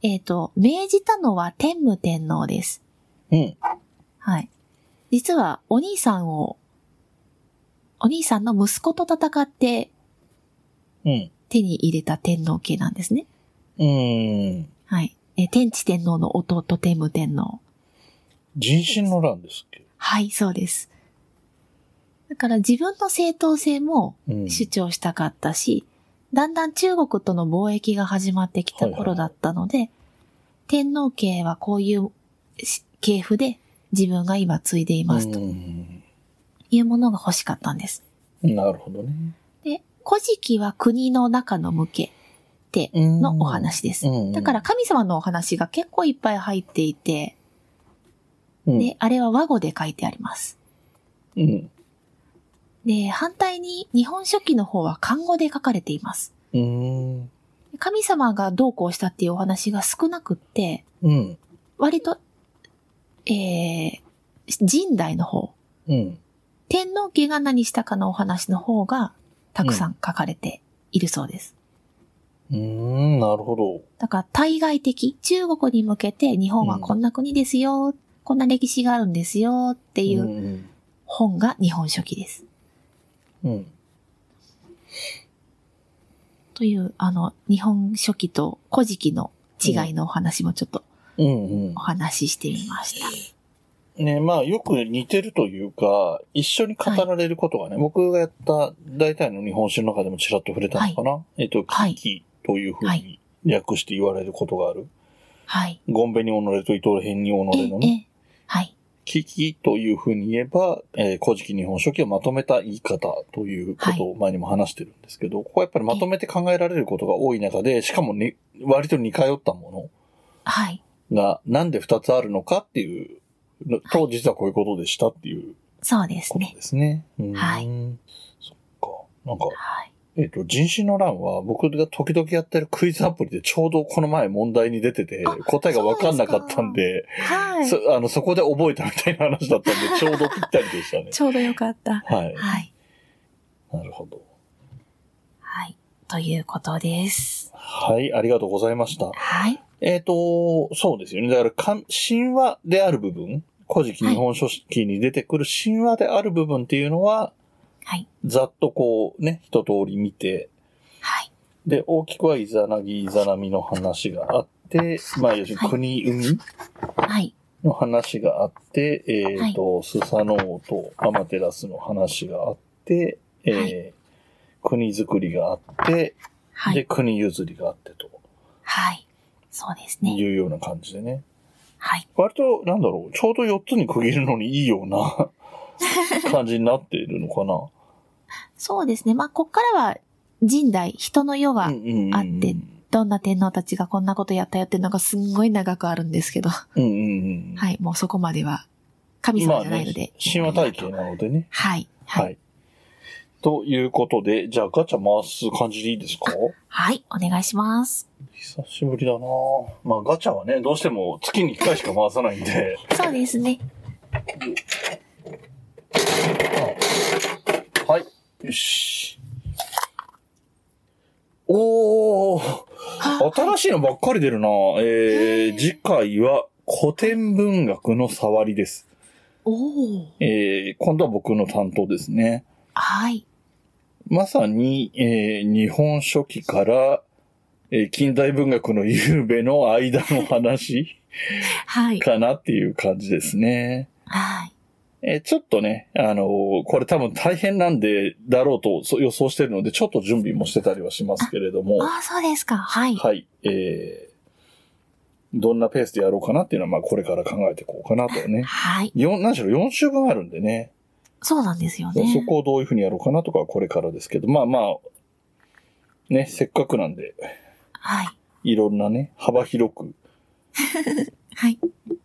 Speaker 1: えっ、と、命じたのは天武天皇です。
Speaker 2: うん。
Speaker 1: はい。実は、お兄さんを、お兄さんの息子と戦って
Speaker 2: うん。
Speaker 1: 手に入れた天皇家なんですね。
Speaker 2: うん。
Speaker 1: はい。えー天智天皇の弟天武天皇。
Speaker 2: 人心の乱ですっけ
Speaker 1: はい、そうです。だから自分の正当性も
Speaker 2: うん。
Speaker 1: 主張したかったし、だんだん中国との貿易が始まってきた頃だったので、天皇家はこういうし系譜で自分が今継いでいますと
Speaker 2: うん
Speaker 1: いうものが欲しかったんです。
Speaker 2: なるほどね。
Speaker 1: で、古事記は国の中の向けてのお話です。
Speaker 2: うん。
Speaker 1: だから、神様のお話が結構いっぱい入っていて、
Speaker 2: うん、
Speaker 1: で、あれは和語で書いてあります。
Speaker 2: うん。
Speaker 1: で、反対に日本書紀の方は漢語で書かれています。
Speaker 2: うん。
Speaker 1: 神様がどうこうしたっていうお話が少なくって、
Speaker 2: うん。
Speaker 1: 割と、えー、神代の方、
Speaker 2: うん。
Speaker 1: 天皇家が何したかのお話の方がたくさん書かれているそうです。
Speaker 2: うん。なるほど。。
Speaker 1: だから対外的、中国に向けて日本はこんな国ですよ、こんな歴史があるんですよっていううん本が日本書紀です。
Speaker 2: うん。
Speaker 1: という、あの、日本書紀と古事記の違いのお話もちょっと
Speaker 2: うん。うん
Speaker 1: お話ししてみました。
Speaker 2: ね、まあ、よく似てるというか、一緒に語られることがね、僕がやった大体の日本史の中でもちらっと触れたのかな。えっと、
Speaker 1: はい
Speaker 2: 危機というふう
Speaker 1: は
Speaker 2: に略して言われることがある。
Speaker 1: はい。
Speaker 2: ゴンベに己と伊藤編に己
Speaker 1: ええ
Speaker 2: のね、、
Speaker 1: ええはい。
Speaker 2: 危機というふうに言えば、えー古事記日本書紀をまとめた言い方ということを前にも話してるんですけど、ここはやっぱりまとめて考えられることが多い中で、しかもね、割と似通ったも
Speaker 1: はい。
Speaker 2: のが、なんで二つあるのかっていうのと、実はこういうことでしたっていう
Speaker 1: そうです
Speaker 2: こと
Speaker 1: ね。
Speaker 2: ですね。う
Speaker 1: はい
Speaker 2: ん。そっか。なんか、
Speaker 1: はい。
Speaker 2: えっ、と、人種の欄は僕が時々やってるクイズアプリでちょうどこの前問題に出てて
Speaker 1: あ、
Speaker 2: 答えがわかんなかったんで、
Speaker 1: は
Speaker 2: そ
Speaker 1: い。
Speaker 2: あのそこで覚えたみたいな話だった んで、ちょうどぴったりでしたね。
Speaker 1: ちょうどよかった。
Speaker 2: はい。
Speaker 1: はい。
Speaker 2: なるほど。
Speaker 1: はい。ということです。
Speaker 2: はい、ありがとうございました。
Speaker 1: はい。
Speaker 2: えっ、と、そうですよね。だからかん、神話である部分、古事記
Speaker 1: はい
Speaker 2: 日本書紀に出てくる神話である部分っていうのは、
Speaker 1: はい。
Speaker 2: ざっとこうね、一通り見て、
Speaker 1: はい。
Speaker 2: で、大きくはイザナギ、イザナミの話があって、まあ、要するに国、海
Speaker 1: はい。
Speaker 2: の話があって、えっ、と、スサノオとアマテラスの話があって、えー
Speaker 1: は
Speaker 2: 国づくりがあって、
Speaker 1: は
Speaker 2: で、
Speaker 1: い。
Speaker 2: 国譲りがあってと
Speaker 1: はい。そうです
Speaker 2: い
Speaker 1: ね。
Speaker 2: うような感じでね。
Speaker 1: はい。
Speaker 2: 割と、なんだろう、ちょうど4つに区切るのにいいよ うな感じになっているのかな。
Speaker 1: そうですね。まあ、こっからは、神代、人の世が
Speaker 2: うん、うんうん
Speaker 1: あってどんな天皇たちがこんなことやったよっていうのがすんごい長くあるんですけど、
Speaker 2: うんうんうん。
Speaker 1: はい。もうそこまでは、神様じゃないので。
Speaker 2: 神話体系なのでね。
Speaker 1: はい。は。
Speaker 2: はいい。ということで、じゃあガチャ回す感じでいいですか
Speaker 1: はい。お願いします。
Speaker 2: 久しぶりだなぁまあガチャはね、どうしても月に1回しか回さないん で、
Speaker 1: そうですね。
Speaker 2: はい。よし。おー、
Speaker 1: は
Speaker 2: 新しいのばっかり出るなぁえ
Speaker 1: へー
Speaker 2: ー、次回は古典文学の触りです。
Speaker 1: おお。
Speaker 2: えー、今度は僕の担当ですね。
Speaker 1: はい。
Speaker 2: まさに、えー日本書紀から、えー近代文学の夕べの間の話
Speaker 1: はい。
Speaker 2: かなっていう感じですね。
Speaker 1: はい。
Speaker 2: えーちょっとね、あのーこれ多分大変なんで、だろうとそ予想してるので、ちょっと準備もしてたりはしますけれども、
Speaker 1: ああ、そうですか。はい。
Speaker 2: はい、えーどんなペースでやろうかなっていうのは、まあこれから考えていこうかなとね。
Speaker 1: はい。
Speaker 2: 4、何しろ4週分あるんでね。
Speaker 1: そうなんですよ
Speaker 2: そう
Speaker 1: ね。
Speaker 2: そこをどういうふうにやろうかなとかはこれからですけど、まあまあ、ね、せっかくなんで、
Speaker 1: はい。
Speaker 2: いろんなね、幅広く、
Speaker 3: はい。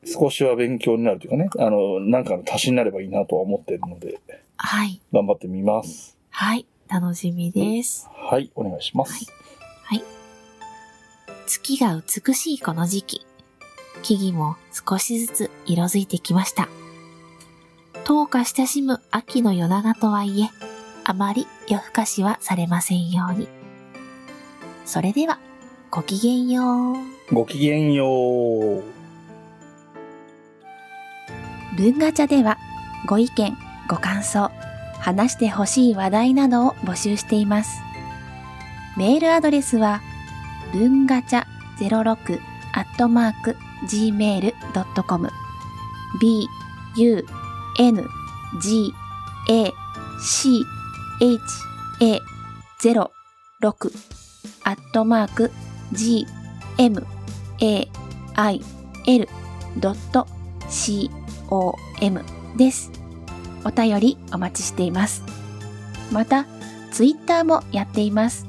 Speaker 2: 少しは勉強になるというかね、あの、なんかの足しになればいいなとは思っているので、
Speaker 3: はい。
Speaker 2: 頑張ってみます。
Speaker 3: はい。楽しみです。
Speaker 2: はい、お願いします。
Speaker 3: 月が美しいこの時期。木々も少しずつ色づいてきました。どうか親しむ秋の夜長とはいえ、あまり夜更かしはされませんように。それでは、ごきげんよう。
Speaker 2: ごきげんよう。
Speaker 1: 文ガチャではご意見、ご感想、話してほしい話題などを募集しています。メールアドレスは文ガチャ06アットマーク gmail.com b u n g a c h a 06アットマーク g m a i l.com OM です。お便りお待ちしています。また、ツイッターもやっています。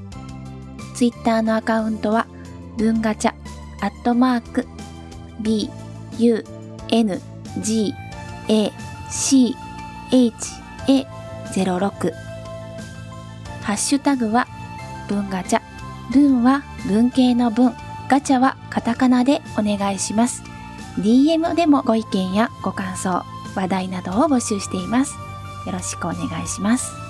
Speaker 1: ツイッターのアカウントは、文ガチャ、アットマーク、B、U、N、G、A、C、H、A、06。ハッシュタグは、文ガチャ。文は文系の文、ガチャはカタカナでお願いします。DM でもご意見やご感想、話題などを募集しています。よろしくお願いします。